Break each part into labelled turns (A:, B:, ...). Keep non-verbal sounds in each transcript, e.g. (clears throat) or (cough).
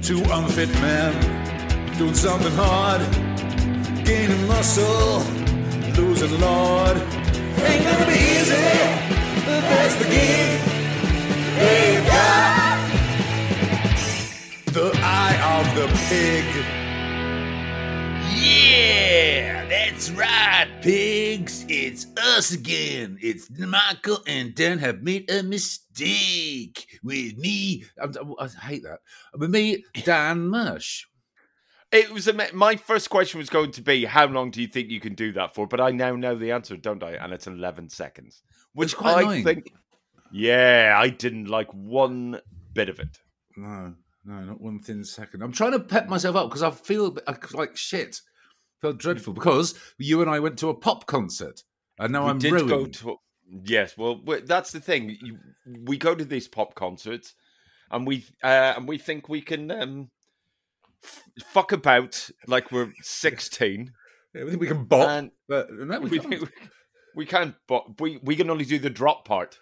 A: Two unfit men doing something hard, gaining muscle, losing lord. Ain't gonna be easy, but that's the game they've got. The eye of the pig.
B: Yeah, that's right, pigs. It's us again. It's Michael and Dan have made a mistake with me. I, I hate that. With me, Dan Mersh.
C: It was ama- my first question was going to be how long do you think you can do that for? But I now know the answer, don't I? And it's eleven seconds, which
B: quite
C: I
B: annoying.
C: think. Yeah, I didn't like one bit of it.
B: No, no, not one thin second. I'm trying to pep myself up because I feel a bit- I feel like shit. Felt dreadful because you and I went to a pop concert, and now
C: we
B: I'm
C: did
B: ruined.
C: (laughs) go to. Yes, well, we- that's the thing. You- We go to these pop concerts, and we uh, and we think we can um, f- fuck about like we're sixteen,
B: Yeah, we think we can bop,
C: and
B: but no, we,
C: we
B: can't.
C: think (laughs) we, we can't. But we we can only do the drop part.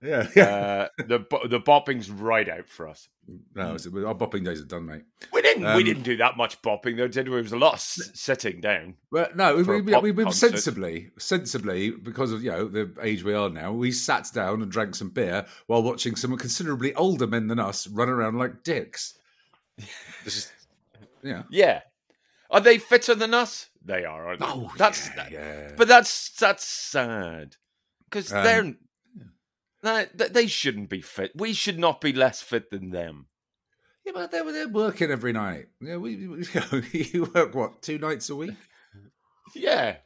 B: Yeah, yeah.
C: uh, the bo- the bopping's right out for us.
B: no, it's- our bopping days are done, mate.
C: We didn't
B: Um,
C: we didn't do that much bopping though, did we? It was a lot of s- sitting down.
B: Well, no, we,
C: for a
B: we,
C: pop
B: we, we
C: concert.
B: sensibly, sensibly, because of you know the age we are now, we sat down and drank some beer while watching some considerably older men than us run around like dicks. This is, yeah.
C: Yeah, are they fitter than us? They are. Aren't they? that's that-
B: yeah.
C: but that's that's sad because
B: Um,
C: they're. No, th- they shouldn't be fit. We should not be less fit than them.
B: yeah, but they're, they're working every night. Yeah, we, we- (laughs) you, know, you work what two nights a
C: (laughs)
B: week?
C: Yeah,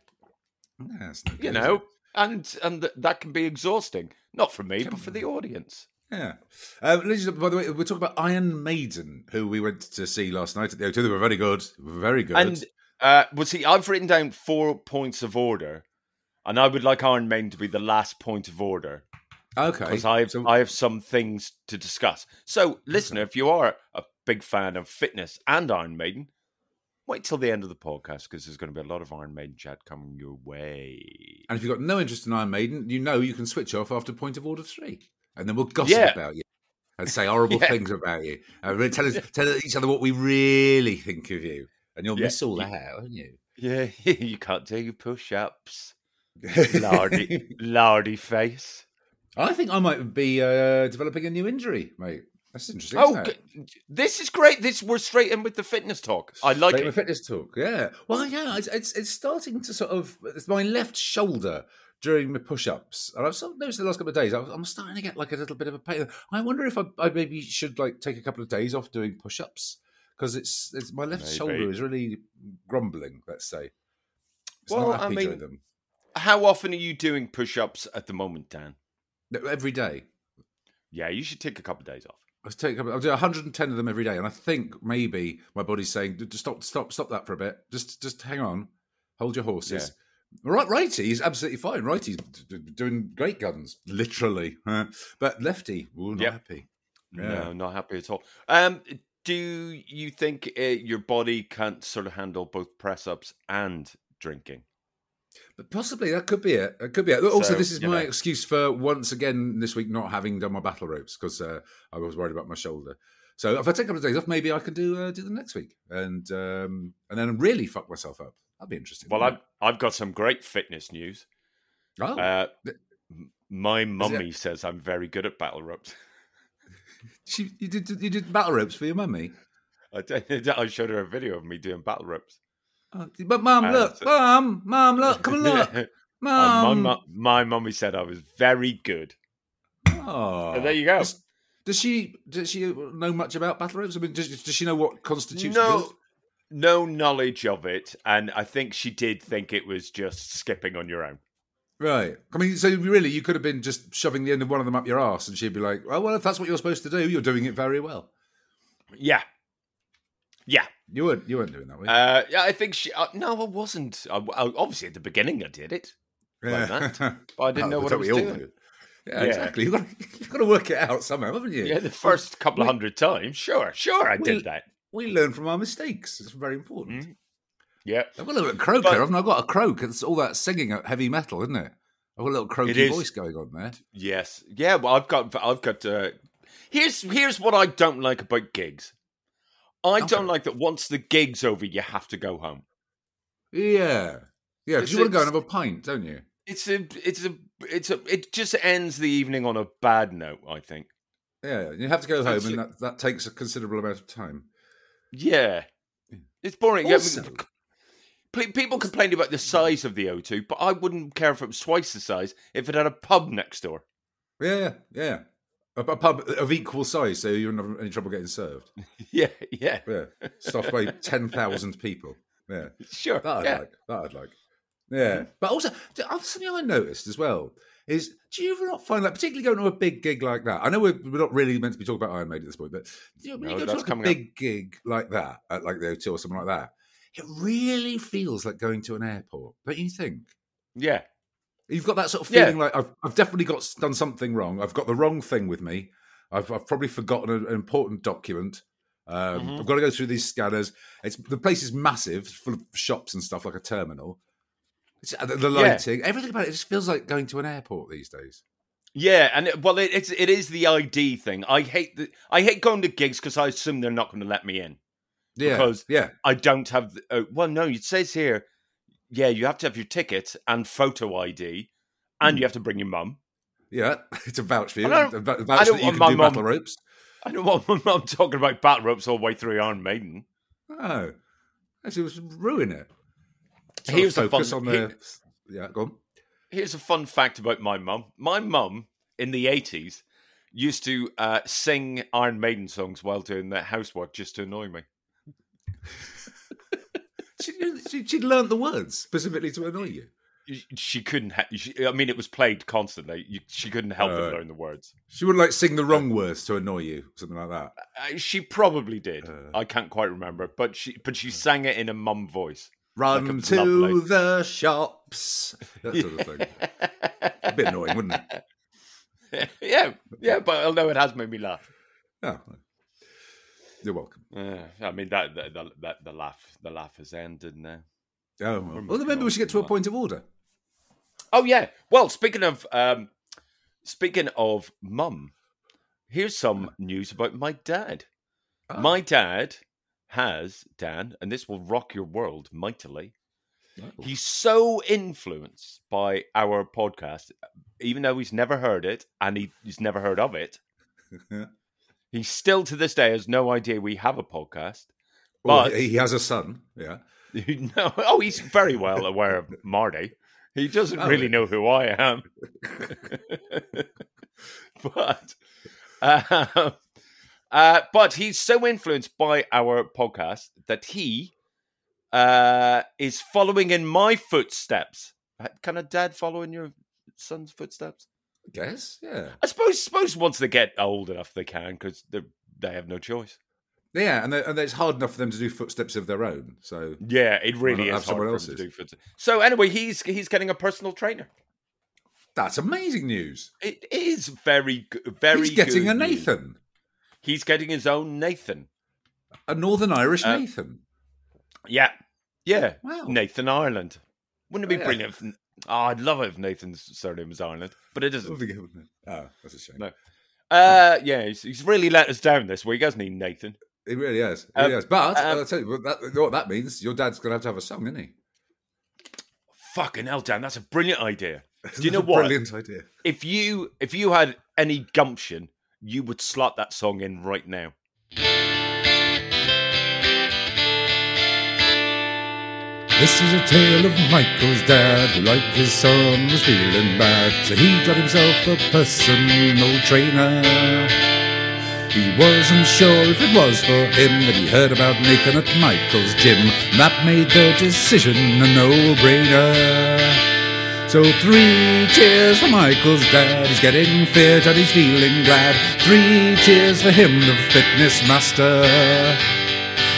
B: Yeah, that's no good,
C: you
B: is
C: know,
B: it?
C: and and th- that can be exhausting, not for me, but for the audience.
B: Yeah. Um, ladies and- by the way, we're talking about Iron Maiden, who we went to see last night at the O2. They were very good, very good.
C: And uh, well, see, I've written down four points of order, and I would like Iron Maiden to be the last point of order
B: okay,
C: because I have
B: so-
C: I have some things to discuss. So, listener, if you are a big fan of fitness and Iron Maiden, wait till the end of the podcast because there's going to be a lot of Iron Maiden chat coming your way.
B: And if you've got no interest in Iron Maiden, you know you can switch off after point of order three, and then we'll gossip
C: Yeah.
B: about you and say horrible
C: (laughs) Yeah.
B: things about you. And we'll tell us, tell each other what we really think of you, and you'll
C: Yeah.
B: miss all that, won't you?
C: Yeah, (laughs) you can't do your push-ups, lardy, lardy face.
B: I think I might be uh, developing a new injury, mate. That's interesting.
C: Oh,
B: isn't it?
C: g- this is great. This we're straight in with the fitness talk. I like
B: Like
C: it.
B: my fitness talk, yeah. Well, yeah, it's, it's it's starting to sort of it's my left shoulder during my push-ups, and I've sort of noticed the last couple of days I'm I'm starting to get like a little bit of a pain. I wonder if I, I maybe should like take a couple of days off doing push-ups because it's it's my left
C: Maybe.
B: shoulder is really grumbling. Let's say. It's
C: Well,
B: not
C: I
B: happy
C: mean-
B: doing them
C: How often are you doing push ups at the moment, Dan?
B: No, every day.
C: Yeah, you should take a couple of days off.
B: I take I'll do 110 of them every day, and I think maybe my body's saying, "D- d- "Stop, stop, stop that for a bit. Just, just hang on, hold your horses." Right, righty is absolutely fine. Righty's d- d- doing great guns, literally, huh? but lefty, ooh, not
C: Yep.
B: happy.
C: No, not happy at all. Um, do you think uh, your body can't sort of handle both press ups and drinking?
B: But possibly that could be it. That could be it. Also,
C: So,
B: this is
C: you
B: my
C: know.
B: excuse for once again this week not having done my battle ropes because uh, I was worried about my shoulder. So if I take a couple of days off, maybe I can do uh, do them next week, and um, and then really fuck myself up. That'd be interesting.
C: Well, I've
B: wouldn't
C: I've got some great fitness news.
B: it? Mm. oh.
C: Uh,
B: th-
C: m- my mummy says I'm very good at battle ropes. (laughs)
B: She, you did you did battle ropes for your mummy.
C: I, did- (laughs) I showed her a video of me doing battle ropes.
B: Oh, but mum,
C: Uh,
B: look,
C: so-
B: mum, mum, look,
C: (laughs)
B: come and look, Um.
C: Yeah. And Uh, my
B: mum.
C: mu- my mummy said I was very good.
B: Oh.
C: there you go.
B: Does, does she does she know much about battle ropes? I mean, does, does she know what constitutes guilt?
C: no knowledge of it, and I think she did think it was just skipping on your own.
B: Right. I mean, so really, you could have been just shoving the end of one of them up your ass, and she'd be like, "Oh, "Well, well, if that's what you're supposed to do, you're doing it very well."
C: Yeah, yeah.
B: You weren't. You weren't doing that, were you?
C: Uh, yeah, I think she. Uh, no, I wasn't. I, I- obviously, at the beginning, I did it,
B: (laughs) Yeah. (laughs)
C: like but I didn't know
B: Oh,
C: what I
B: that's
C: was
B: we all
C: doing.
B: do. Yeah,
C: Yeah.
B: exactly. You've got, to, you've got to work it out somehow, haven't you?
C: Yeah, the first couple of hundred times. Sure, sure, I
B: Well-
C: did that.
B: We learn from our mistakes. It's very important.
C: Mm. Yeah,
B: I've got a little croak
C: But-
B: there, haven't I? I've got a croak. It's all that singing at heavy metal, isn't it? I've got a little croaky
C: is.
B: voice going on there.
C: yes, yeah. Well, I've got, I've got. Uh, here's here's what I don't like about gigs. I
B: Okay.
C: don't like that once the gig's over, you have to go home.
B: Yeah. Yeah, because
C: It's-
B: you want to go and have
C: it's-
B: a pint, don't you?
C: It's a, it's a, it's a, it just ends the evening on a bad note, I think.
B: Yeah, you have to go home,
C: Actually-
B: and that, that takes a considerable amount of time.
C: Yeah. It's boring. Yeah,
B: Also-
C: p- People complained about the size of the O2, but I wouldn't care if it was twice the size if it had a pub next door.
B: Yeah, yeah. A, a pub of equal size, so you're not having any trouble getting served.
C: (laughs) Yeah, yeah,
B: Yeah, stuffed by ten thousand people. Yeah,
C: sure.
B: that I'd
C: yeah. Mm-hmm.
B: like. That I'd like. Yeah, but also the other something I noticed as well is: do you ever not find that, particularly going to a big gig like that? I know we're, we're not really meant to be talking about Iron Maiden at this point, but do you, when
C: No,
B: you go
C: that's
B: to like a
C: coming up.
B: big gig like that, at like the O2 or something like that, it really feels like going to an airport. Don't you think?
C: yeah.
B: You've got that sort of
C: Yeah.
B: feeling like I've, I've definitely got done something wrong. I've got the wrong thing with me. I've, I've probably forgotten an, an important document. Um,
C: Mhm.
B: I've got to go through these scanners. It's the place is massive, it's full of shops and stuff like a terminal. It's, uh, the, the
C: Yeah.
B: lighting, everything about it just feels like going to an airport these days.
C: Yeah, and it, well, it, it's it is the ID thing. I hate the I hate going to gigs because I assume they're not going to let me in.
B: Yeah,
C: Because-
B: yeah,
C: I don't have. The, uh, well, no, it says here, yeah, you have to have your ticket and photo ID, and you have to bring your mum.
B: yeah. (laughs) It's a vouch for you.
C: I don't-
B: A vou- a
C: I
B: vouch
C: don't
B: that you
C: want
B: can
C: my
B: do
C: mum-
B: battle ropes.
C: I don't want (laughs) my mum talking about battle ropes all the way through Iron Maiden.
B: Oh, actually, it was ruin it. Sort of
C: Here's a fun.
B: focus on the yeah. Go on.
C: Here's a fun fact about my mum. My mum in the 80s used to uh, sing Iron Maiden songs while doing their housework just to annoy me.
B: She, she, she'd learnt the words specifically to annoy you.
C: She couldn't. Ha- she, I mean, it was played constantly. You, she couldn't help but
B: Alright.
C: learn the words.
B: She would like sing the wrong words to annoy you, something like that.
C: Uh, she probably did.
B: Uh.
C: I can't quite remember, but she but she sang it in a mum voice. (laughs)
B: Run
C: Like a
B: to
C: lovely-
B: the shops. That sort of thing. A bit annoying, wouldn't (laughs) it?
C: yeah, yeah. But although it has made me laugh.
B: Oh. You're welcome.
C: Uh, I mean that, that, that, that the laugh the laugh has ended now.
B: Oh, well.
C: We're
B: well,
C: moving
B: then maybe
C: on
B: we should get
C: from
B: to a
C: that.
B: point of order.
C: Oh yeah. Well, speaking of um, speaking of mum, here's some news about my dad.
B: Ah.
C: My dad has Dan, and this will rock your world mightily. He's so influenced by our podcast, even though he's never heard it and he, he's never heard of (laughs) it. he still to this day has no idea we have a podcast.
B: Well,
C: but-
B: he he has a son. Yeah.
C: (laughs) no, oh, he's very well aware of Marty. He doesn't
B: Oh,
C: really
B: yeah.
C: know who I am. (laughs) but, uh, uh, but he's so influenced by our podcast that he uh, is following in my footsteps. Uh, Can a dad follow in your son's footsteps?
B: Guess. Yeah.
C: I suppose. Suppose once they get old enough, they can because they they have no choice.
B: Yeah, and, they- and it's hard enough for them to do footsteps of their own. So,
C: Yeah, it
B: not
C: really
B: have
C: is
B: someone
C: hard for
B: else's?
C: them to do footsteps. So anyway, he's he's getting a personal trainer.
B: that's amazing news.
C: It is very, g- very.
B: He's getting
C: good
B: a
C: news.
B: Nathan,
C: He's getting his own Nathan.
B: a Northern Irish
C: Uh,
B: Nathan.
C: Yeah, yeah.
B: Wow.
C: Nathan Ireland. Wouldn't it be
B: Oh. Yeah.
C: brilliant? If, oh, I'd love it if Nathan's surname was Ireland, but it
B: That'd
C: isn't.
B: be good, wouldn't it? Oh, that's a shame.
C: No. Uh, yeah, he's, he's really let us down this week, hasn't he, Nathan?
B: It really is. It
C: Um,
B: really is. But
C: um,
B: I'll tell you what that, you know what that means. Your dad's going to have to have a son, isn't he?
C: Fucking hell, Dan, that's a brilliant idea.
B: Do
C: you know what?
B: Brilliant idea.
C: If you if you had any gumption, you would slot that song in right now.
A: This is a tale of Michael's dad, who, like his son, was feeling bad, so he got himself a personal trainer. He wasn't sure if it was for him that he heard about Nathan at Michael's gym, and that made the decision a no-brainer. So three cheers for Michael's dad. He's getting fit and he's feeling glad. Three cheers for him, the fitness master.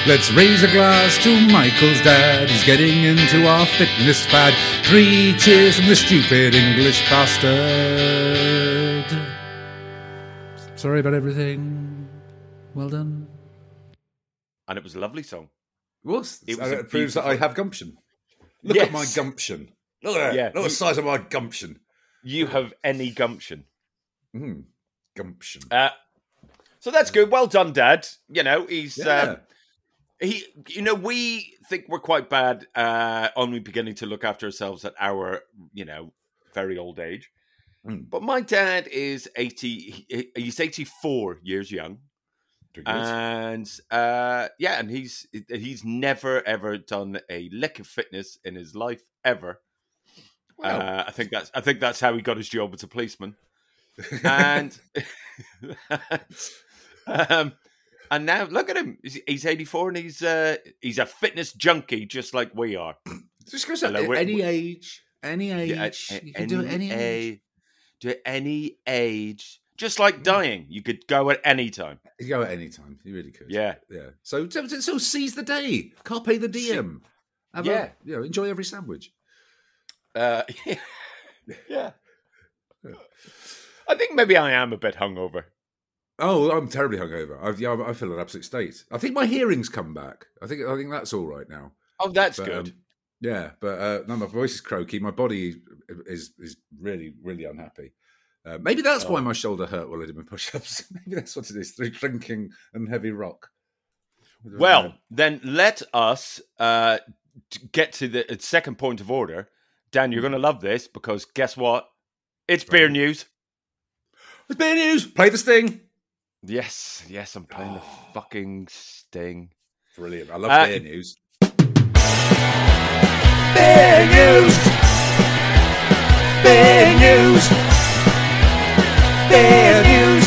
A: Let's raise a glass to Michael's dad. He's getting into our fitness fad. Three cheers from the stupid English bastard. Sorry about everything. Well done.
C: And it was a lovely song.
B: was.
C: It
B: It,
C: was
B: and
C: a
B: it proves that I
C: beautiful-
B: have gumption. Look at my
C: Yes.
B: gumption. Look at that.
C: Yeah.
B: Look at the size of my gumption.
C: You have any gumption?
B: Mm, gumption.
C: Uh, so that's good. Well done, Dad. You know, he's uh, He, you know, we think we're quite bad. Uh, only beginning to look after ourselves at our, you know, very old age.
B: Mm.
C: But my dad is eighty. he- He's eighty-four years young,
B: Drink this.
C: and uh, yeah, and he's he's never ever done a lick of fitness in his life ever.
B: Wow.
C: Uh, I think that's I think that's how he got his job as a policeman, and (laughs) um, and now look at him. He's, he's eighty four and he's uh, he's a fitness junkie just like we are.
B: Just goes up
C: hello,
B: at
C: we're-
B: any age, any age,
C: Yeah, a-
B: you can do it any age.
C: a- do it any age, just like dying. You could go at any time.
B: You go at any time. You really could.
C: Yeah,
B: yeah. So, so so seize the day. Carpe the diem. Have
C: Yeah.
B: a, you know, enjoy every sandwich.
C: uh, (laughs) yeah. I think maybe I am a bit hungover.
B: Oh, I'm terribly hungover. I've, yeah, I feel an absolute state. I think my hearing's come back. I think I think that's all right now.
C: Oh, that's
B: But,
C: good.
B: um, yeah, but uh, no, my voice is croaky. My body is is really really unhappy. Uh, maybe that's why
C: Oh.
B: my shoulder hurt while I did my push-ups. (laughs) maybe that's what it is through drinking and heavy rock. I don't
C: Well,
B: know.
C: then let us uh, t- get to the uh, second point of order. Dan, you're going to love this because guess what? It's beer
B: Hmm. Right.
C: news.
B: it's bad news. Play the sting.
C: Yes, yes, I'm
B: (gasps)
C: playing the fucking sting.
B: Brilliant. I love
C: Uh,
B: beer news.
C: Beer news! Beer news! Beer news!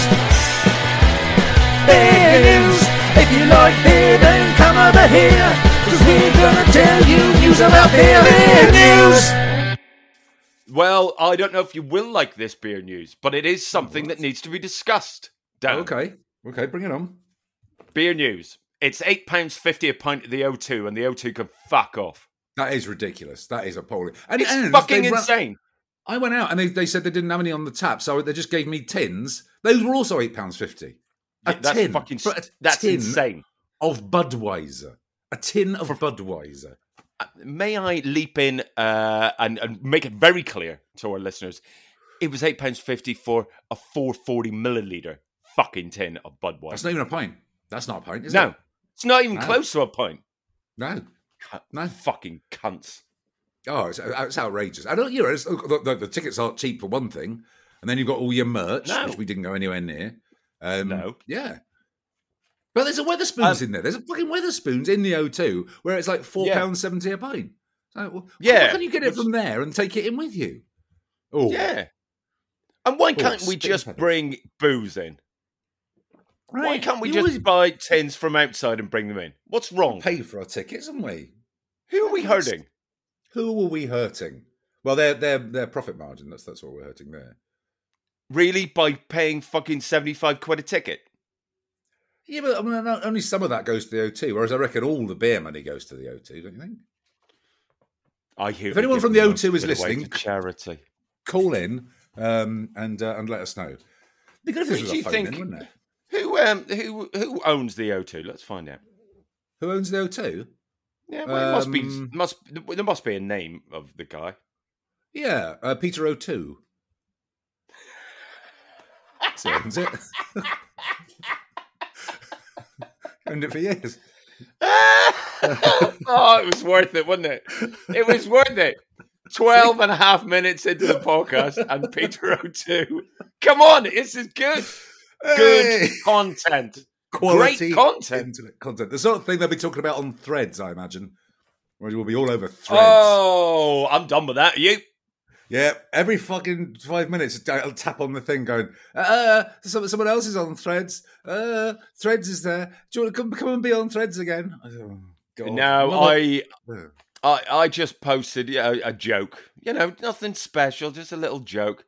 C: Beer news! If you like beer, then come over here. Because we're going to tell you news about beer. Beer news! Well, I don't know if you will like this beer news, but it is something that needs to be discussed. Dan.
B: Hmm, Okay, okay, bring it on.
C: Beer news. It's £8.50 a pint at the O2, and the O2 can fuck off.
B: That is ridiculous. That is appalling. And
C: It's
B: and
C: fucking
B: they run-
C: insane.
B: I went out and they, they said they didn't have any on the tap, so they just gave me tins. Those were also eight pounds fifty. A
C: Yeah, that's
B: tin,
C: fucking
B: for a
C: that's
B: tin
C: insane.
B: of Budweiser. A tin of Budweiser.
C: Uh, May I leap in uh, and, and make it very clear to our listeners? It was eight pounds fifty for a four forty milliliter fucking tin of
B: That's
C: Budweiser.
B: not even a pint. That's not a pint, is
C: no,
B: it?
C: it's not even
B: No.
C: close to a pint.
B: No. No.
C: Fucking cunts.
B: Oh, it's, it's outrageous. I don't. You know, it's, the, the, the tickets aren't cheap for one thing, and then you've got all your merch,
C: No.
B: which we didn't go anywhere near. Um,
C: No. Um,
B: Yeah. But there's a Weatherspoons in there. There's a fucking Weatherspoons in the O2 where it's like four
C: Yeah.
B: pounds seventy a pint. So, well,
C: Yeah,
B: How can you get it
C: which-
B: from there and take it in with you? Oh,
C: Yeah. And why can't we
B: spin
C: just
B: pedals.
C: bring booze in? Why
B: right.
C: can't we
B: You
C: just
B: always
C: buy tins from outside and bring them in? What's wrong?
B: pay for our tickets, haven't we?
C: Who are we
B: That's-
C: hurting?
B: Who are we hurting? Well, their their their profit margin. That's that's what we're hurting there.
C: Really, by paying fucking seventy-five quid a ticket?
B: Yeah, but I mean, no- only some of that goes to the O2, whereas I reckon all the beer money goes to the O2. Don't you think?
C: I hear.
B: If
C: we
B: anyone
C: give
B: from the
C: them a
B: O2 is
C: bit away
B: listening-
C: to charity.
B: Call in um, and uh, and let us know. Because this
C: Who
B: was
C: do
B: a
C: you
B: phone
C: think-
B: in, wouldn't it?
C: Who um who who owns the O2? Let's find out.
B: Who owns the O2?
C: Yeah, well, it must
B: Um,
C: be must there must be a name of the (laughs) guy.
B: Yeah, uh, Peter O2. So owns
C: (laughs)
B: it. Owned it for years.
C: oh, it was worth it, wasn't it? It was worth it. 12 and a half minutes into the podcast and Peter O2. Come on, this is good. Good
B: Hey!
C: content.
B: quality
C: Great content.
B: internet content. The sort of thing they'll be talking about on Threads, I imagine. Where we'll be all over Threads.
C: Oh, I'm done with that. You
B: Yeah, every fucking five minutes, I'll tap on the thing going, uh, someone, someone else is on Threads. Uh, Threads is there. Do you want to come, come and be on Threads again? Oh, God. uh,
C: No,
B: Mother-
C: I I, I just posted yeah, a, a joke, you know, nothing special, just a little joke,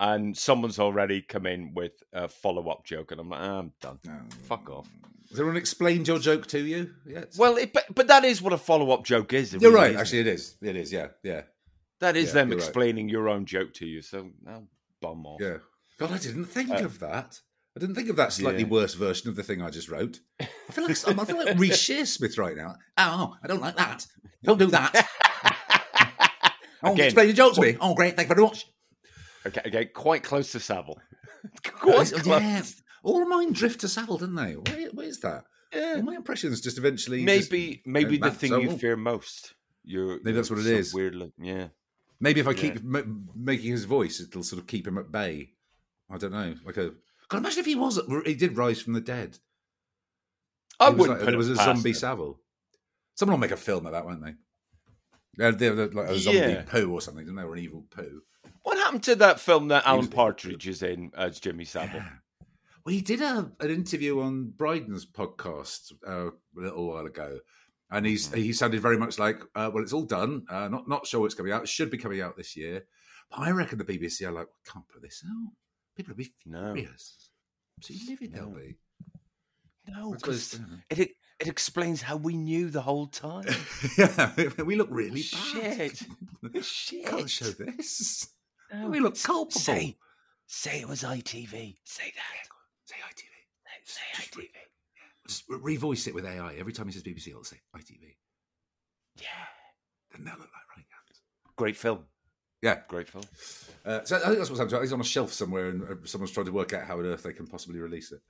C: and someone's already come in with a follow up joke, and I'm like, "Ah, I'm done.
B: Um,
C: Fuck off.
B: Has anyone explained your joke to you yet?
C: Well, it, but, but that is what a follow up joke is. it
B: you're
C: really
B: right.
C: isn't
B: Actually,
C: it?
B: it is. It is. Yeah, yeah,
C: that is
B: yeah,
C: them
B: you're right.
C: explaining your own joke to you. So I'll bum off.
B: yeah. God, I didn't think
C: Uh,
B: of that. I didn't think of that slightly
C: yeah.
B: worse version of the thing I just wrote. I feel like I'm- I feel
C: (laughs)
B: like Reece Shearsmith right now. Oh, I don't like that. Don't do
C: (laughs)
B: that. Oh,
C: Again.
B: explain your joke to me. Oh, great. Thank you very much.
C: Okay, okay, quite close to Savile. (laughs) quite
B: Oh,
C: close.
B: yeah. All of mine drift to Savile, didn't they? Where, where's that? Well, my impressions just eventually just-
C: maybe maybe the
B: that's
C: thing
B: so
C: you
B: wrong.
C: fear most. You're,
B: Maybe that's what it
C: it is.
B: is.
C: Weirdly, yeah.
B: maybe if I keep
C: yeah.
B: m- making his voice, it'll sort of keep him at bay. I don't know. Like a God, imagine if he was he did rise from the dead.
C: I
B: It was
C: wouldn't
B: like-
C: put
B: it was a
C: past
B: zombie
C: it.
B: Savile. Someone will make a film of that, won't they? They're, they're, they're like a zombie
C: Yeah.
B: poo or something, don't they? Or an evil poo.
C: What happened to that film that Alan
B: was-
C: Partridge is in as Jimmy Savile?
B: Well, he did a, an interview on Bryden's podcast uh, a little while ago, and he's
C: Mm-hmm.
B: he sounded very much like, uh, "Well, it's all done. Uh, not not sure it's coming out. It should be coming out this year." But I reckon the BBC are like, "We can't put this out. People will be
C: No,
B: furious." So you live in
C: No.
B: Derby.
C: no,
B: That's what it's-
C: 'cause it it explains how we knew the whole time. (laughs)
B: yeah, (laughs) we look really bad. (laughs)
C: Oh, Shit, shit.
B: You can't show this.
C: No.
B: We look culpable.
C: Say, say it was ITV. Say that.
B: Say ITV.
C: Say
B: Just
C: ITV.
B: re- Just re- revoice it with AI. Every time he says BBC, it'll say ITV.
C: Yeah.
B: Then they'll look like running hands.
C: Great film.
B: Yeah.
C: Great film.
B: Uh, so I think that's what's happening. He's on a shelf somewhere, and uh, someone's trying to work out how on earth they can possibly release it.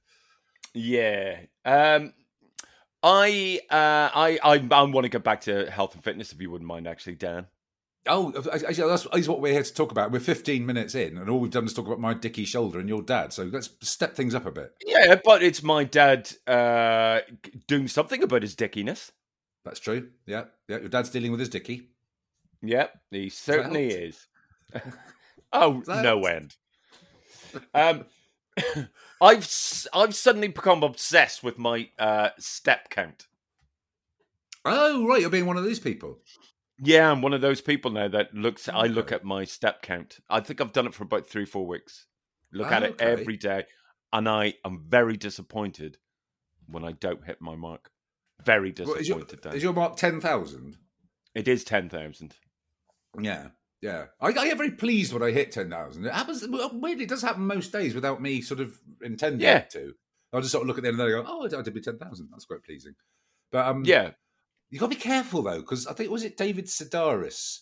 C: Yeah. Um I uh I I, I want to get back to health and fitness if you wouldn't mind actually, Dan.
B: Oh, actually, that's is what we're here to talk about. We're 15 minutes in, and all we've done is talk about my dicky shoulder and your dad. So let's step things up a bit.
C: Yeah, but it's my dad uh doing something about his dickiness.
B: That's true. Yeah, yeah. Your dad's dealing with his dicky.
C: Yep, he certainly
B: helped?
C: is. (laughs) oh,
B: that
C: no end. Um (laughs) I've s- I've suddenly become obsessed with my uh step count.
B: Oh, right. You're being one of these people.
C: Yeah, I'm one of those people now that looks. I look
B: Okay.
C: at my step count. I think I've done it for about three, four weeks. Look at it
B: Okay.
C: every day, and I am very disappointed when I don't hit my mark. Very
B: Well, is, your,
C: disappointed. Dan.
B: is your mark 10,000?
C: It is ten thousand.
B: Yeah, yeah. I, I get very pleased when I hit ten thousand. It happens weirdly. It does happen most days without me sort of intending
C: Yeah.
B: it to. I'll just sort of look at the end of the day and go, "Oh, I did- I did be ten thousand. That's quite pleasing." But um,
C: Yeah,
B: you got to be careful though, because I think was it David Sedaris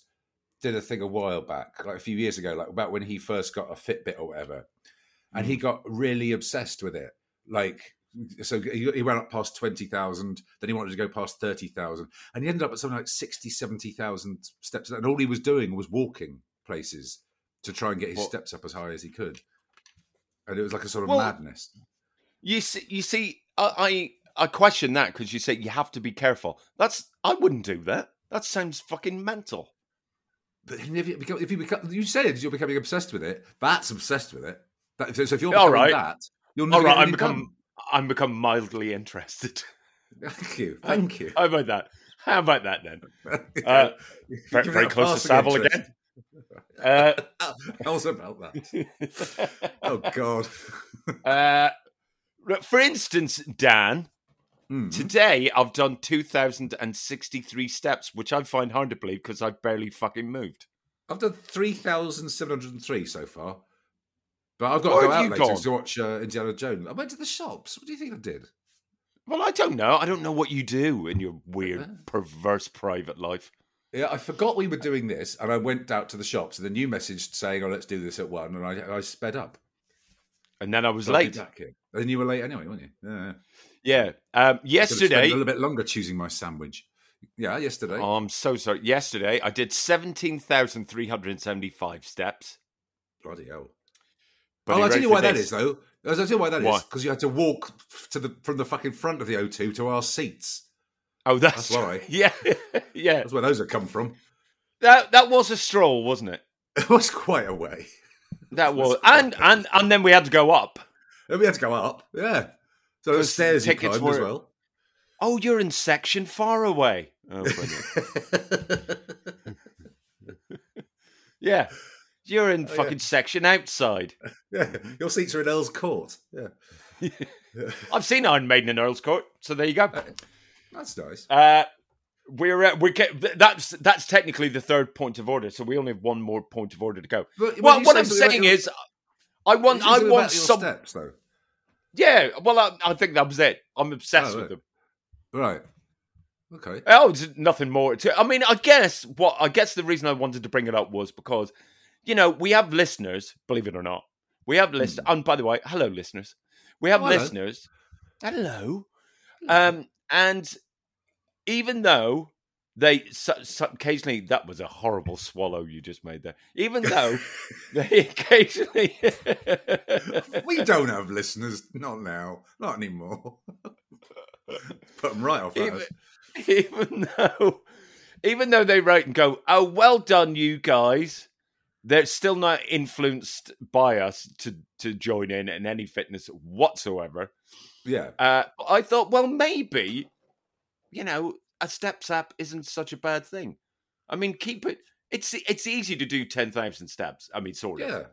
B: did a thing a while back, like a few years ago, like about when he first got a Fitbit or whatever, and he got really obsessed with it. Like, so he, he went up past twenty thousand, then he wanted to go past thirty thousand, and he ended up at something like 60, 70,000 steps, and all he was doing was walking places to try and get his
C: Well-
B: steps up as high as he could. And it was like a sort of
C: Well-
B: madness.
C: you see, you see, I I, I question that because you say you have to be careful. That's I wouldn't do that. That sounds fucking mental.
B: But if you become, if you become, you said you're becoming obsessed with it. That's obsessed with it. That, so if you're
C: All
B: becoming
C: right.
B: that, you'll
C: All
B: never
C: right,
B: get
C: I'm
B: any
C: become I'm become mildly interested. (laughs)
B: done. (laughs) Thank you, thank you.
C: How about that? How about that (laughs) then?
B: (laughs)
C: uh, Very,
B: Give
C: very
B: it a
C: close to
B: passing
C: Savile
B: interest. (laughs)
C: again. Uh,
B: How's about that? Oh God.
C: (laughs) uh, for instance, Dan,
B: Hmm.
C: today I've done 2,063 steps, which I find hard to believe because I've barely fucking moved.
B: I've done three thousand seven hundred and three so far, but I've got
C: Where
B: to go
C: have
B: out
C: you
B: later
C: gone?
B: to watch uh, Indiana Jones. I went to the shops. What do you think I did?
C: Well, I don't know. I don't know what you do in your weird, perverse private life.
B: Yeah, I forgot we were doing this, and I went out to the shops. And then you messaged saying, "Oh, let's do this at one," and I, I sped up.
C: And then I was
B: So I did
C: late.
B: that, kid. And you were late anyway, weren't you? Yeah. yeah.
C: Yeah.
B: Could have
C: Um,
B: spent
C: yesterday,
B: a little bit longer choosing my sandwich. Yeah, yesterday.
C: oh, I'm so sorry. Yesterday, I did 17,375 steps.
B: Bloody hell!
C: But
B: oh, I
C: are
B: tell
C: you ready
B: you
C: for
B: why that
C: this?
B: is, though. I'll tell you why that is.
C: Why?
B: Because you had to walk f- to the from the fucking front of the O2 to our seats.
C: Oh, that's,
B: That's why.
C: (laughs) Yeah. yeah.
B: That's where those have come from. (laughs)
C: That, that was a stroll, wasn't it?
B: It was quite a way.
C: That was,
B: That's
C: and and and then we had to go up.
B: And we had to go up. Yeah. So the
C: 'Cause
B: stairs you
C: tickets
B: climbed as
C: were-
B: well. (laughs)
C: Oh, you're in section far away.
B: (laughs)
C: Oh, brilliant. yeah, you're in
B: Oh, yeah.
C: fucking section outside.
B: yeah. Your seats are in Earl's Court. Yeah.
C: I've seen Iron Maiden in Earl's Court, so there you go.
B: Uh, That's nice.
C: Uh, we're uh, we ca- th- that's that's technically the third point of order, so we only have one more point of order to go.
B: But when
C: Well,
B: you
C: what
B: say
C: I'm
B: something about
C: saying
B: your-
C: is, I want
B: you said
C: I
B: something
C: want
B: about your
C: some.
B: steps though.
C: Yeah, well, I, I think that was it. I'm obsessed
B: Oh,
C: with
B: right.
C: them.
B: Right. Okay.
C: Oh, there's nothing more to. I mean, I guess what I guess the reason I wanted to bring it up was because, you know, we have listeners. Believe it or not,
B: Hmm.
C: we have listeners. And by the way, hello, listeners. We have
B: Oh, hello. Hmm.
C: listeners. Hello, Um, and even though they so, so- occasionally that was a horrible swallow you just made there.
B: (laughs)
C: Even though they occasionally (laughs)
B: we don't have listeners. Not now. Not anymore. (laughs) Put them right off at
C: even,
B: us.
C: (laughs) even though even though they write and go, "Oh, well done, you guys," they're still not influenced by us to to join in in any fitness whatsoever.
B: Yeah.
C: Uh, but I thought, well, maybe you know, a steps app isn't such a bad thing. I mean, keep it. It's it's easy to do ten thousand steps. I mean, sort of.
B: Yeah.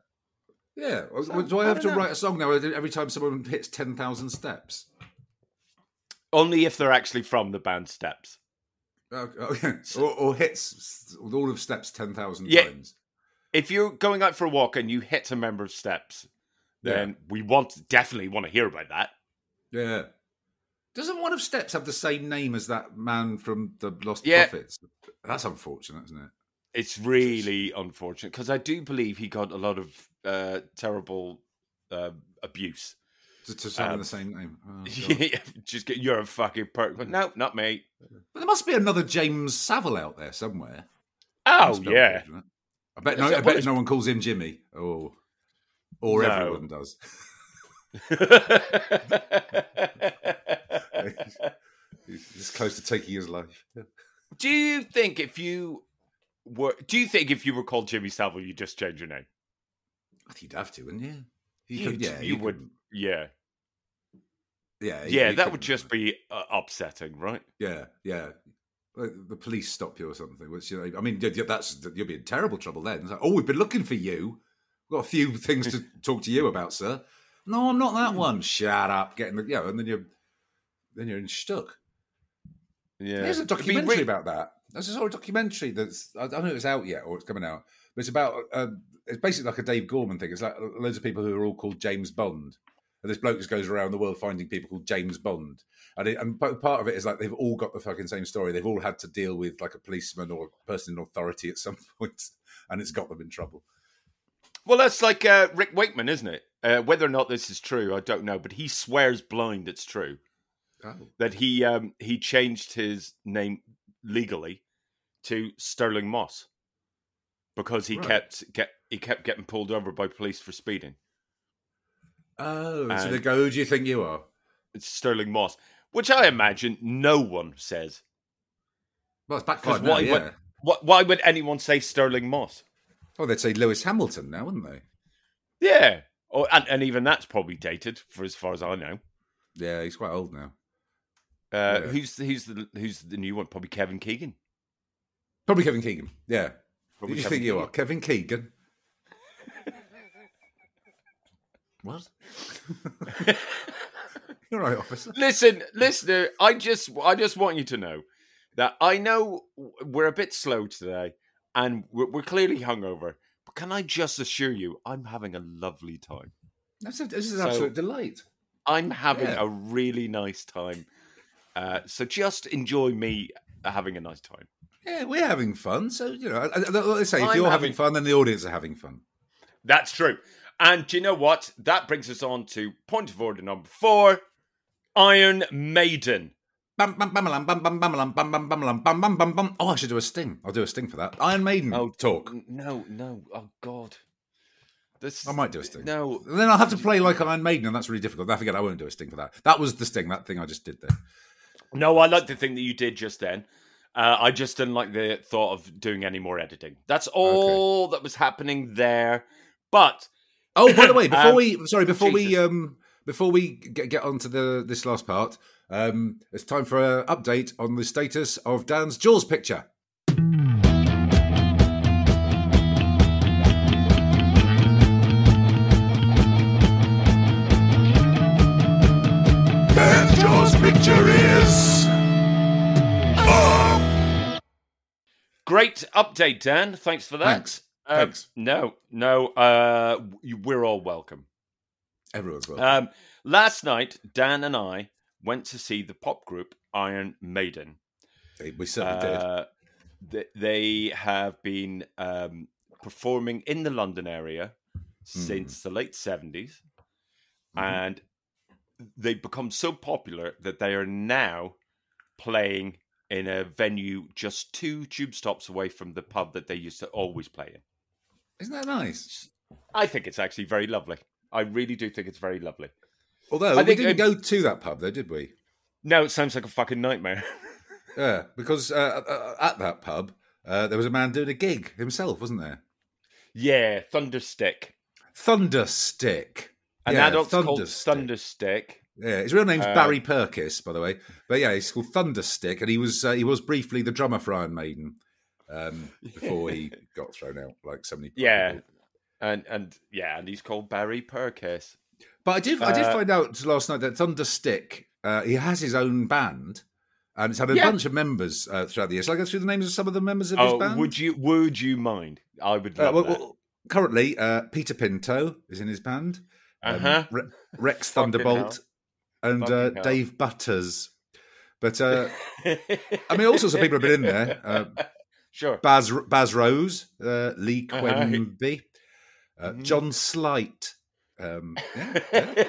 B: Yeah. Well,
C: So,
B: Do I
C: I
B: have to
C: don't know.
B: write a song now every time someone hits 10,000 steps?
C: Only if they're actually from the band Steps.
B: Oh, Okay. okay. Or, or hits all of steps 10,000
C: Yeah.
B: times.
C: If you're going out for a walk and you hit a member of Steps, then we want definitely want to hear about that.
B: Yeah. Doesn't one of Steps have the same name as that man from the Lost
C: Yeah.
B: Prophets? That's unfortunate, isn't it?
C: It's really unfortunate because I do believe he got a lot of uh, terrible uh, abuse.
B: Just to having
C: Um,
B: the same name. Oh,
C: (laughs)
B: God.
C: Just get you're a fucking perk. No, not me.
B: but there must be another James Savile out there somewhere.
C: Oh
B: Must be
C: yeah,
B: unfortunate. I bet
C: Is
B: no.
C: that
B: I
C: what
B: bet
C: it's-
B: no one calls him Jimmy. Oh, or
C: No.
B: everyone does. He's he's close to taking his life.
C: (laughs) do you think if you were, do you think if you were called Jimmy Savile, you'd just change your name?
B: You'd have to, wouldn't you? You,
C: You'd- you would.
B: could-
C: Yeah,
B: yeah, you-
C: yeah,
B: Uh, you
C: that
B: could-
C: would just be uh, upsetting, right?
B: Yeah, yeah. Like, The police stop you or something. Which you know, I mean, yeah, that's you'll be in terrible trouble then. It's like, oh, we've been looking for you. We've got a few things
C: (laughs)
B: to talk to you about, sir. No, I'm not that one. Shut up. Getting the you know, and then you're then you're in stuck.
C: Yeah,
B: There's a
C: It'd be
B: documentary
C: re-
B: about that. I saw a documentary that's I don't know if it's out yet or it's coming out, but it's about um, it's basically like a Dave Gorman thing. It's like loads of people who are all called James Bond, and this bloke just goes around the world finding people called James Bond. And it, and p- part of it is like they've all got the fucking same story. They've all had to deal with like a policeman or a person in authority at some (laughs) point, and it's got them in trouble.
C: Well, that's like uh, Rick Wakeman, isn't it? Uh, whether or not this is true, I don't know, but he swears blind it's true
B: Oh,
C: that he um, he changed his name legally to Sterling Moss because he
B: Right.
C: kept get he kept getting pulled over by police for speeding.
B: oh so
C: And-
B: they go, who do you think you are?
C: It's Sterling Moss, which I imagine no one says.
B: Well, it's
C: 'Cause
B: backfired now,
C: why,
B: yeah.
C: would, wh- why would anyone say Sterling Moss?
B: Oh, they'd say Lewis Hamilton now, wouldn't they?
C: Yeah, or, and, and even that's probably dated for as far as I know.
B: Yeah, he's quite old now.
C: Uh,
B: Yeah.
C: Who's who's the who's the new one? Probably Kevin Keegan.
B: Probably Kevin Keegan. Yeah. Who
C: Probably
B: do you
C: Kevin
B: think you
C: Keegan.
B: are? Kevin (laughs) Keegan? what? (laughs)
C: (laughs)
B: You're right, officer.
C: Listen, listener, I just I just want you to know that I know we're a bit slow today and we're, we're clearly hungover. But can I just assure you, I'm having a lovely time.
B: That's a, this is an
C: So-
B: absolute delight.
C: I'm having
B: Yeah.
C: a really nice time. Uh, so just enjoy me having a nice time.
B: Yeah, we're having fun. So, you know, I- I- like they say, if
C: I'm
B: you're having
C: having-
B: fun, then the audience are having fun.
C: That's true. And do you know what? That brings us on to point of order number four: Iron Maiden.
B: Bam, bam, bam, bam, bam, bam, bam, bam, bam, bam, bam, bam, bam, bam. Oh, I should do a sting. I'll do a sting for that. Iron Maiden
C: Oh,
B: talk.
C: N- No, no. Oh God. This
B: I might do a sting.
C: No.
B: And then I'll have to play like Iron Maiden, and that's really difficult. I forget I won't do a sting for that. That was the sting, that thing I just did there.
C: No, I like the thing that you did just then. Uh, I just didn't like the thought of doing any more editing. That's all that was happening there. But
B: Oh, by the
C: (laughs)
B: way, before
C: Um,
B: we sorry, before we
C: Jesus.
B: um before we get get onto the this last part, um, it's time for an update on the status of Dan's Jaws picture.
A: Dan's Jaws picture is.
C: great update, Dan. Thanks for that.
B: Thanks.
C: Uh,
B: Thanks.
C: No, no. Uh, you- we're all welcome.
B: Everyone's welcome.
C: Um, last night, Dan and I went to see the pop group Iron Maiden.
B: They- we certainly did.
C: Uh, th- they have been um, performing in
B: Mm.
C: the London area since the late 70s.
B: Mhm.
C: And they become so popular that they are now playing in a venue just two tube stops away from the pub that they used to always play in.
B: Isn't that nice?
C: I think it's actually very lovely. I really do think it's very lovely.
B: Although
C: I
B: we
C: think um,
B: didn't go
C: it-
B: to that pub, though, did we?
C: Now it sounds like a fucking nightmare. (laughs)
B: Yeah, because uh, uh, at that pub uh, there was a man doing a gig himself, wasn't there?
C: yeah, Thunderstick.
B: Thunderstick.
C: An
B: Yeah,
C: adult's called
B: Thunderstick.
C: Thunderstick.
B: Yeah, his real name's
C: Uh,
B: Barry Perkis, by the way. But yeah, he's called Thunderstick, and he was uh, he was briefly the drummer for Iron Maiden um, before
C: (laughs)
B: he got thrown out, like so many.
C: Yeah.
B: people.
C: uh, And and yeah, and he's called Barry Perkis.
B: but I did I did
C: Uh,
B: find out last night that Thunderstick uh, he has his own band, and it's had a
C: Yeah.
B: bunch of members uh, throughout the years. Shall I go through the names of some of the members of his
C: Oh,
B: band?
C: would you would you mind? I would
B: Uh,
C: love
B: well,
C: that.
B: well, currently, uh, Peter Pinto is in his band. um,
C: uh-huh.
B: Re- Rex
C: Fucking
B: Thunderbolt and uh,
C: Fucking hell.
B: Dave Butters. But
C: (laughs)
B: uh, I mean, all sorts of people have been in there. Uh,
C: sure.
B: Baz Baz Rose, uh, Lee
C: Uh-huh.
B: Quenby, uh,
C: Mhm.
B: John Slight, um, yeah,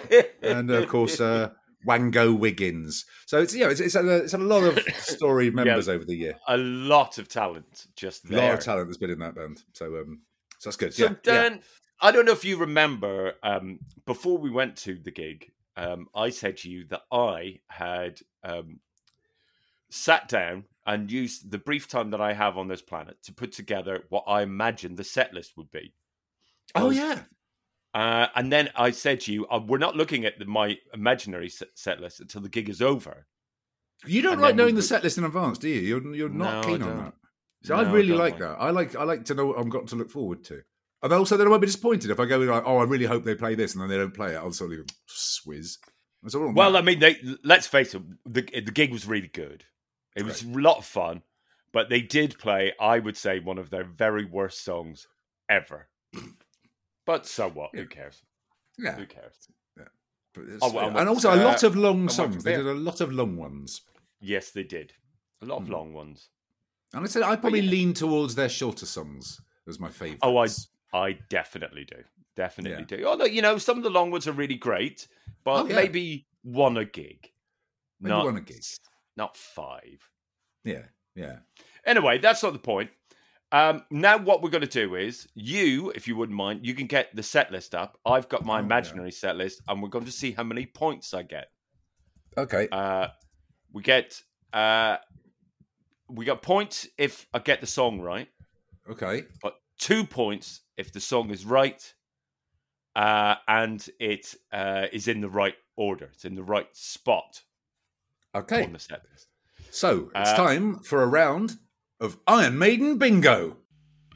B: yeah. (laughs)
C: (laughs)
B: and of course uh, Wango Wiggins. So it's you know it's, it's, had a, it's had a lot of
C: (laughs)
B: story members over the year.
C: a lot of talent just
B: A
C: there.
B: lot of talent that's been in that band. So um, so that's good.
C: So
B: yeah, yeah.
C: Dan, I don't know if you remember um, before we went to the gig, um, I said to you that I had um, sat down and used the brief time that I have on this planet to put together what I imagined the set list would be.
B: Oh yeah.
C: Uh, and then I said to you, uh, we're not looking at the, my imaginary se- set list until the gig is over.
B: You don't
C: And
B: like
C: then we
B: knowing the
C: do-
B: set list in advance, do you? You're you're not
C: No, I
B: keen on
C: don't.
B: that. So
C: No,
B: I really
C: don't
B: like that. I like I like to know what I've got to look forward to. And also then I won't be disappointed if I go in like, oh, I really hope they play this and then they don't play it. I'll sort of swizz. That's all I want.
C: Well, I mean, they, let's face it, the, the gig was really good. It was a lot of fun, but they did play, I would say, one of their very worst songs ever. (clears throat) but so what? Who cares?
B: yeah.
C: Who cares?
B: but it's-
C: Oh, well,
B: and
C: what's,
B: also a lot
C: uh,
B: of long
C: what's
B: songs. They
C: there?
B: did a lot of long ones.
C: Yes, they did. A lot of
B: Hmm.
C: long ones.
B: And I said I probably
C: yeah.
B: lean towards their shorter songs as my favourite.
C: Oh, I I definitely do. Definitely do. Although, you know, some of the long ones are really great, but
B: Oh, yeah.
C: maybe one a gig.
B: Maybe
C: not,
B: one a gig.
C: Not five.
B: Yeah. Yeah.
C: Anyway, that's not the point. Um, now, what we're going to do is you, if you wouldn't mind, you can get the set list up. I've got my
B: Oh, yeah.
C: imaginary set list, and we're going to see how many points I get.
B: Okay.
C: Uh, we get uh, we got points if I get the song right,
B: Okay.
C: but two points if the song is right, uh, and it uh, is in the right order. It's in the right spot
B: Okay.
C: on the set list.
B: So it's
C: Uh,
B: time for a round of Iron Maiden Bingo.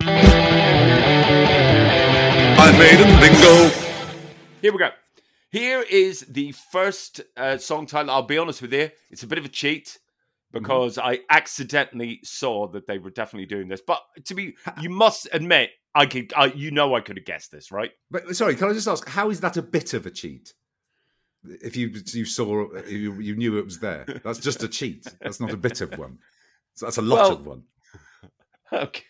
A: Iron Maiden Bingo.
C: Here we go. Here is the first uh, song title. I'll be honest with you, it's a bit of a cheat because I accidentally saw that they were definitely doing this. But to be, you must admit, I could, I, you know, I could have guessed this, right? (laughs)
B: But sorry, can I just ask, how is that a bit of a cheat? If you you saw you, you knew it was there, that's just a cheat. That's not a bit of one. So that's a lot
C: Well-
B: of one. (laughs)
C: Okay.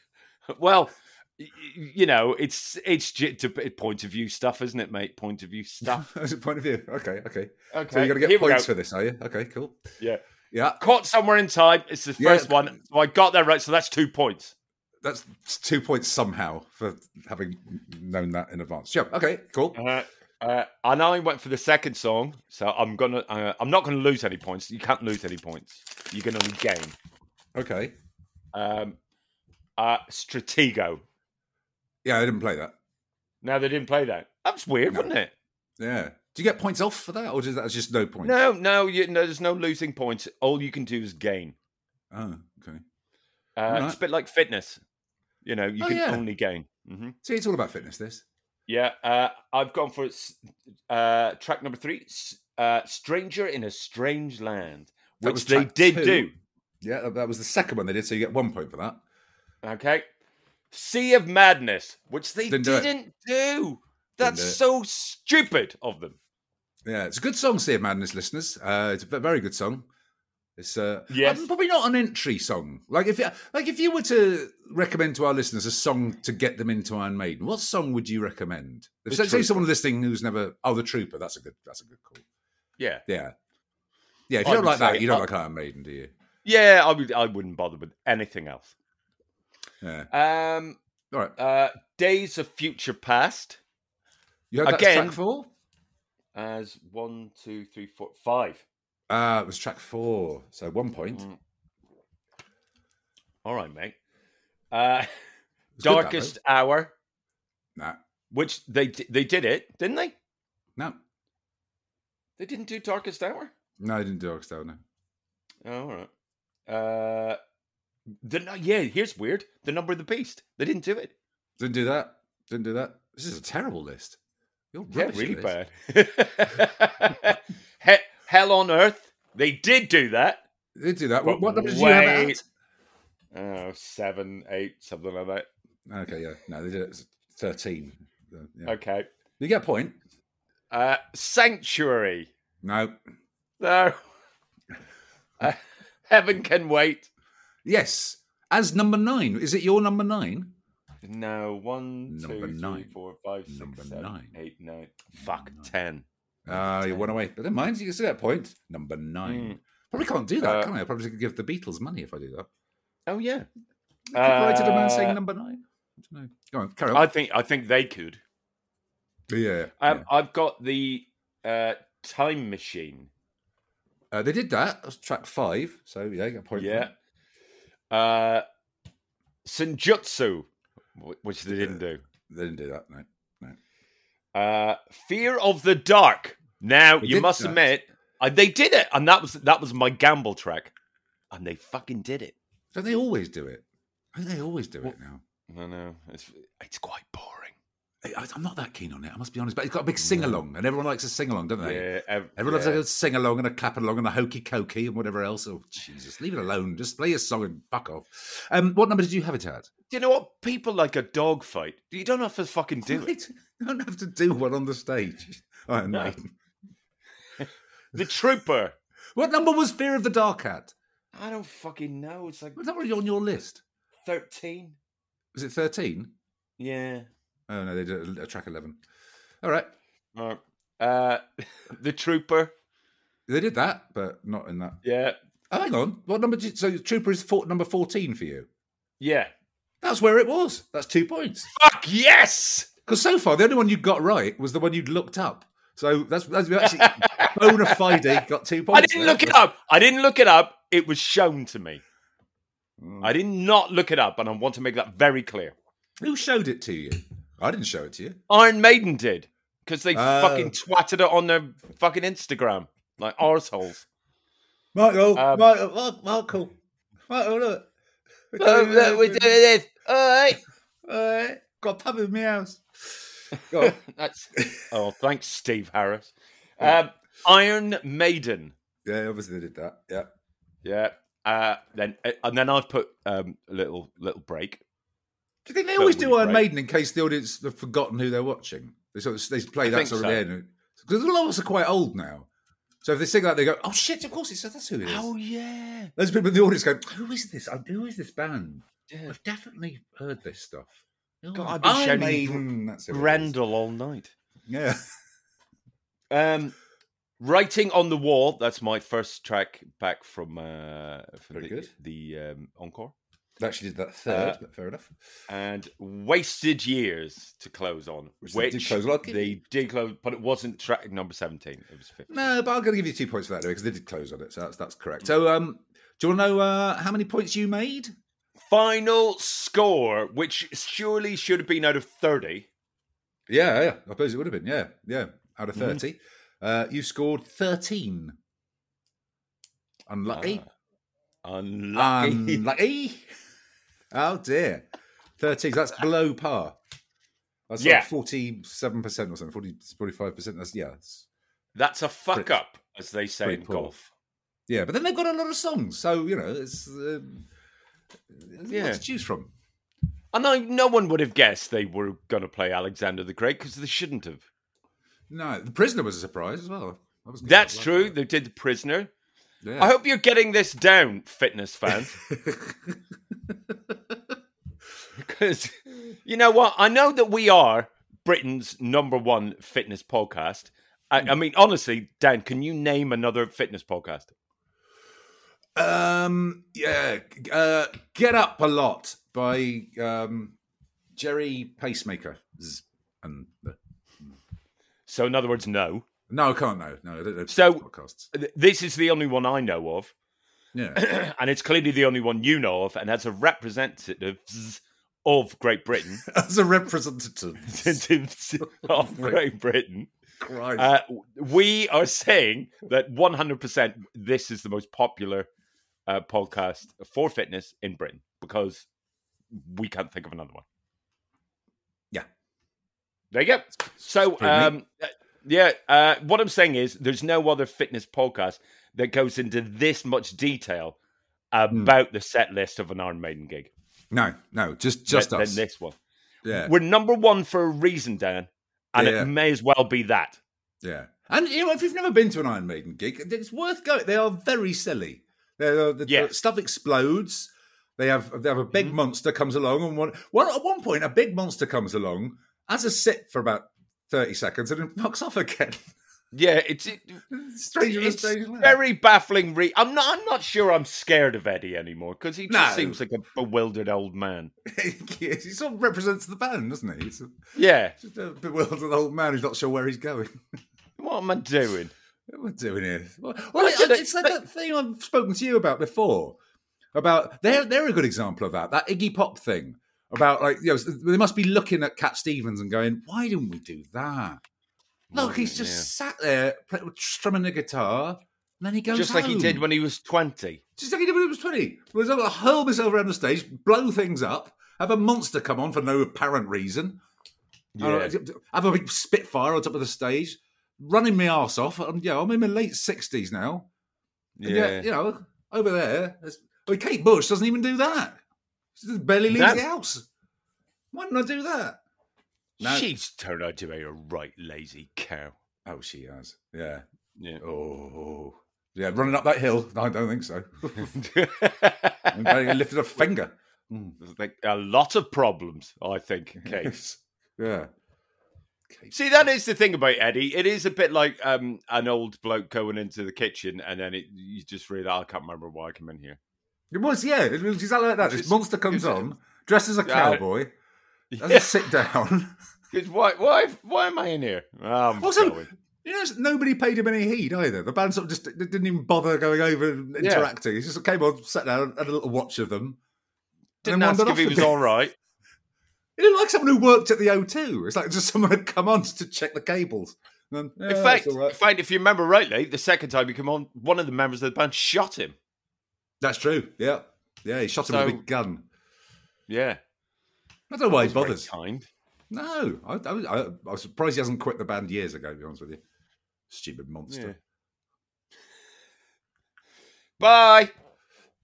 C: Well, y- y- you know, it's it's j- to p- point of view stuff, isn't it, mate? Point (laughs) of view stuff.
B: That's a point of view. Okay, okay.
C: Okay,
B: So you're gonna
C: here
B: get
C: we go.
B: points for this, are you? Okay, cool.
C: Yeah.
B: yeah.
C: Caught somewhere in time. It's the
B: Yeah.
C: first one, so I got that right. So that's two points.
B: That's two points somehow for having known that in advance. Sure. Okay. Cool.
C: Uh, uh, and I went for the second song, so I'm gonna. Uh, I'm not gonna lose any points. You can't lose any points. You're gonna regain.
B: Okay.
C: Um, uh, Stratego.
B: Yeah, I didn't play that.
C: Now they didn't play that. That's weird,
B: No.
C: wasn't it?
B: Yeah. Do you get points off for that, or is that just no points?
C: No, no, you, no. There's no losing points. All you can do is gain.
B: Oh, okay.
C: Uh,
B: Alright.
C: It's a bit like fitness. You know, you
B: Oh,
C: can
B: yeah.
C: only gain. hmm
B: See, it's all about fitness. This.
C: Yeah. Uh, I've gone for s- uh, track number three. s- Uh, Stranger in a strange land,
B: That was
C: which they
B: track
C: did
B: two.
C: do.
B: Yeah, that- that was the second one they did. So you get one point for that.
C: Okay. Sea of Madness, which they
B: Didn't
C: didn't
B: do it.
C: do. That's
B: do it.
C: so stupid of them.
B: Yeah, it's a good song, Sea of Madness, listeners. Uh, it's a very good song. It's uh,
C: Yes.
B: uh, probably not an entry song. Like if like if you were to recommend to our listeners a song to get them into Iron Maiden, what song would you recommend? If
C: The
B: say, say
C: Trooper.
B: someone listening who's never oh the Trooper, that's a good that's a good call.
C: Yeah.
B: Yeah. Yeah, if
C: I
B: you don't
C: would
B: like
C: say
B: that, you don't
C: I-
B: like Iron Maiden, do you?
C: Yeah, I would I wouldn't bother with anything else.
B: Yeah.
C: Um
B: All right.
C: uh Days of Future Past
B: You had that as
C: Again-
B: track four?
C: as one, two, three, four, five.
B: Uh, it was track four. So one point.
C: Mm. All right, mate. Uh
B: (laughs) It's good, that, though.
C: Darkest Hour,
B: Nah.
C: which they di- they did it, didn't they?
B: No.
C: They didn't do Darkest Hour.
B: No, I didn't do Oxtel, no.
C: Oh, all right. Uh, the nu- yeah, here's weird. The Number of the Beast. They didn't do it.
B: Didn't do that. Didn't do that. This is a terrible list. You're
C: Yeah,
B: rubbish
C: really
B: at this.
C: bad. (laughs) he- Hell on Earth. They did do that.
B: They did do that. What,
C: But
B: what number did you have
C: wait.
B: at?
C: Oh, seven, eight, something like that.
B: Okay, yeah. No, they did it. at 13. Uh, yeah.
C: Okay.
B: You get a point.
C: Uh, Sanctuary.
B: No.
C: No. (laughs) Uh, Heaven can wait.
B: Yes. As number nine. Is it your number nine?
C: No, one, two,
B: Number
C: three,
B: nine.
C: four, five, six,
B: Number
C: seven,
B: nine.
C: eight, nine. Fuck, ten.
B: Ah, you're one away. But never mind. You can see that point. Number nine. Probably can't do that,
C: Hmm. Uh,
B: can I? I probably could give the Beatles money if I do that.
C: Oh yeah.
B: Copyrighted a man
C: Uh,
B: saying number nine? I don't know. Go on, carry on.
C: I think I think they could.
B: yeah.
C: Um,
B: yeah.
C: I've got the uh, time machine.
B: Uh, they did that. That was track five. So, yeah, you get a point. for
C: Yeah.
B: that.
C: Uh, Senjutsu, wh- which they didn't do.
B: They didn't do that, no.
C: Uh, Fear of the Dark. Now
B: They
C: you
B: did
C: must
B: that.
C: admit uh, they did it, and that was that was my gamble track, and they fucking did it.
B: Don't they always do it? I think they always do
C: Well-
B: it now.
C: No, no, it's it's quite boring.
B: I, I'm not that keen on it, I must be honest. But it's got a big sing along, and everyone likes a sing along, don't they?
C: Yeah, ev-
B: Everyone loves
C: yeah.
B: like a sing along and a clap along and a hokey cokey and whatever else. Oh, Jesus, leave it alone. Just play your song and fuck off. Um, what number did you have it at?
C: Do you know what? People like a dog fight. You don't have to fucking do it.
B: (laughs) Right. You don't have to do one on the stage. (laughs) Oh,
C: No.
B: mate.
C: (laughs) The Trooper.
B: What number was Fear of the Dark at?
C: I don't fucking know. It's like
B: Was that already on your list?
C: thirteen.
B: Was it 13?
C: Yeah.
B: Oh, no, they did a, a track 11. All right.
C: Right. Uh, (laughs) the Trooper.
B: They did that, but not in that.
C: Yeah.
B: Oh, hang on. What number did So Trooper is four, number 14 for you.
C: Yeah.
B: That's where it was. That's two
C: (laughs)
B: points.
C: Fuck yes.
B: Because so far, the only one you got right was the one you'd looked up. So that's, that's you
C: (laughs)
B: actually bona fide got two points.
C: I didn't
B: there.
C: look it up. I didn't look it up. It was shown to me.
B: Mm.
C: I did not look it up, and I want to make that very clear.
B: Who showed it to you? I didn't show it to you.
C: Iron Maiden did because they
B: Oh.
C: fucking twatted it on their fucking Instagram like arseholes.
B: Michael,
C: Um,
B: Michael, Mar- Michael, Michael,
C: (laughs)
B: look. We're doing it.
C: this. All right.
B: All right. Got a pub in my house. Go on.
C: (laughs) That's. Oh, thanks, Steve Harris. Um, Iron Maiden.
B: yeah, obviously they did that. Yeah.
C: Yeah. Uh, then and then I've put um, a little little break.
B: Do you think they always
C: Totally
B: do Iron
C: great.
B: Maiden in case the audience have forgotten who they're watching? They sort of they play that
C: think
B: sort
C: so.
B: of end because a lot of us are quite old now. So if they sing that, they go, "Oh shit! Of course, it's that's who it is."
C: yeah.
B: Those people in the audience go, "Who is this? I- Who is this band?
C: yeah.
B: I've definitely heard this stuff."
C: God, I've been shouting
B: That's who it is.
C: Randall all night.
B: Yeah.
C: Um, writing on the wall. That's my first track back from uh, from
B: Very
C: the,
B: good.
C: the um, encore.
B: They actually did that third,
C: Uh,
B: but fair enough.
C: And wasted years to close on,
B: Which
C: which,
B: they did close on.
C: they did close, but it wasn't track number seventeen. It was fifteen.
B: No, but I'm going to give you two points for that anyway because they did close on it, so that's that's correct. So, um, do you want to know uh, how many points you made?
C: Final score, which surely should have been out of thirty.
B: Yeah, yeah. I suppose it would have been. Yeah, yeah. Out
C: Mm.
B: of 30. Uh, you scored 13. Unlucky.
C: Ah, unlucky.
B: Unlucky. oh, dear. 13. That's below par. That's
C: Yeah.
B: like 47% or something, 40, 45%. That's, yeah. That's,
C: (laughs) That's a fuck
B: Pretty-
C: up, as they say
B: pretty
C: in
B: poor.
C: golf.
B: yeah. But then they've got a lot of songs. So, you know, it's. Um, yeah.
C: Yeah.
B: What to choose from.
C: And I, no one would have guessed they were going to play Alexander the Great because they shouldn't have.
B: No, The Prisoner was a surprise as well. I was gonna
C: That's
B: like
C: true.
B: that.
C: They did the prisoner.
B: Yeah.
C: I hope you're getting this down, fitness fans. Because you know what? I know that we are Britain's number one fitness podcast, I, I mean, honestly, Dan, can you name another fitness podcast?
B: Um, yeah, uh, Get Up a Lot by um, Jerry Pacemaker. Z- And the-
C: So, in other words, no.
B: no, I can't. No, no, I don't know.
C: So-
B: podcasts.
C: Th- This is the only one I know of, (clears throat)
B: Yeah, (laughs)
C: and it's clearly the only one you know of, and as a representative of Great Britain, (laughs)
B: as a representative,
C: of Great Britain,
B: Christ.
C: uh, we are saying that 100% this is the most popular uh, podcast for fitness in Britain because we can't think of another one.
B: Yeah.
C: There you go. So,
B: pretty neat.
C: um, uh, yeah, uh, what I'm saying is there's no other fitness podcast that goes into this much detail
B: Hmm.
C: about the set list of an Iron Maiden gig
B: no, no, just just
C: than,
B: us.
C: than this one.
B: yeah,
C: We're number one for a reason, Dan, and
B: Yeah.
C: it may as well be that.
B: yeah. And you know, if you've never been to an Iron Maiden gig, it's worth going. They are very silly. They're, uh, the,
C: Yeah.
B: the stuff explodes. They have they have a big
C: Mm-hmm.
B: monster comes along, and one well at one point a big monster comes along, has a sit for about thirty seconds, and then fucks off again. (laughs)
C: Yeah, it's it,
B: Stranger
C: it's
B: than strange.
C: very baffling. Re- I'm not. I'm not sure. I'm scared of Eddie anymore because he
B: No.
C: just seems like a bewildered old man.
B: (laughs) he sort of represents the band, doesn't he? He's a,
C: Yeah,
B: just a bewildered old man who's not sure where he's going.
C: what am I doing?
B: What we're doing here? Well,
C: Well,
B: it's,
C: I-
B: it's like that thing I've spoken to you about before. About they're they're a good example of that. That Iggy Pop thing about like you know they must be looking at Cat Stevens and going, why didn't we do that? Look, he's just sat there play, strumming the guitar, and then he
C: yeah.
B: goes
C: just like he did
B: home.
C: when he was twenty.
B: just like he did when he was twenty. He was able to hurl himself around the stage, blow things up, have a monster come on for no apparent reason,
C: Yeah.
B: have a big spitfire on top of the stage, running my arse off. I'm, yeah, I'm in my late sixties now. And
C: yeah,
B: yeah. you know, over there, there's, I mean, Kate Bush doesn't even do that. She just barely leaves
C: That-
B: the house. Why didn't I do that? No.
C: She's turned out to be a right lazy cow.
B: Oh, she has. Yeah.
C: Yeah. (laughs)
B: Oh. Yeah, running up that hill. No, I don't think so. I barely lifted (laughs) a finger. (laughs)
C: like a lot of problems, I think. Kate.
B: yeah.
C: See, that is the thing about Eddie. It is a bit like um, an old bloke going into the kitchen, and then it, you just realize I can't remember why I came in here.
B: It was, yeah. It was exactly like that. This
C: Just-
B: monster comes
C: it's a-
B: on, dressed as a
C: Yeah.
B: cowboy, doesn't
C: (laughs) Yes,
B: sit down.
C: why, why, why am I in here? Um,
B: Also- You know, nobody paid him any heed either. The band sort of just d- didn't even bother going over and
C: Yeah.
B: interacting. He just came on, sat down, had a little watch of them.
C: didn't
B: then
C: ask
B: wandered
C: if he
B: off
C: was
B: again.
C: all right.
B: It looked like someone who worked at the O2. It's like just (laughs) someone had come on to check the cables. And then, (laughs) yeah,
C: in
B: it's
C: fact,
B: all right.
C: in fact, if you remember rightly, the second time he came on, one of the members of the band shot him.
B: that's true. Yeah, yeah, he shot him with
C: So-
B: a big gun.
C: Yeah,
B: I don't know why he
C: That's very
B: bothers.
C: Kind.
B: No, I, I, I, I'm surprised he hasn't quit the band years ago. To be honest with you, stupid monster.
C: Yeah. Bye.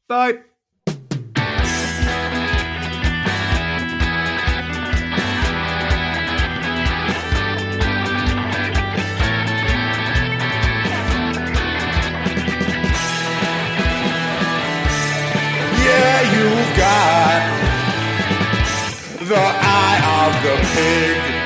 B: Bye.
A: Yeah, you've got the eye of the pig.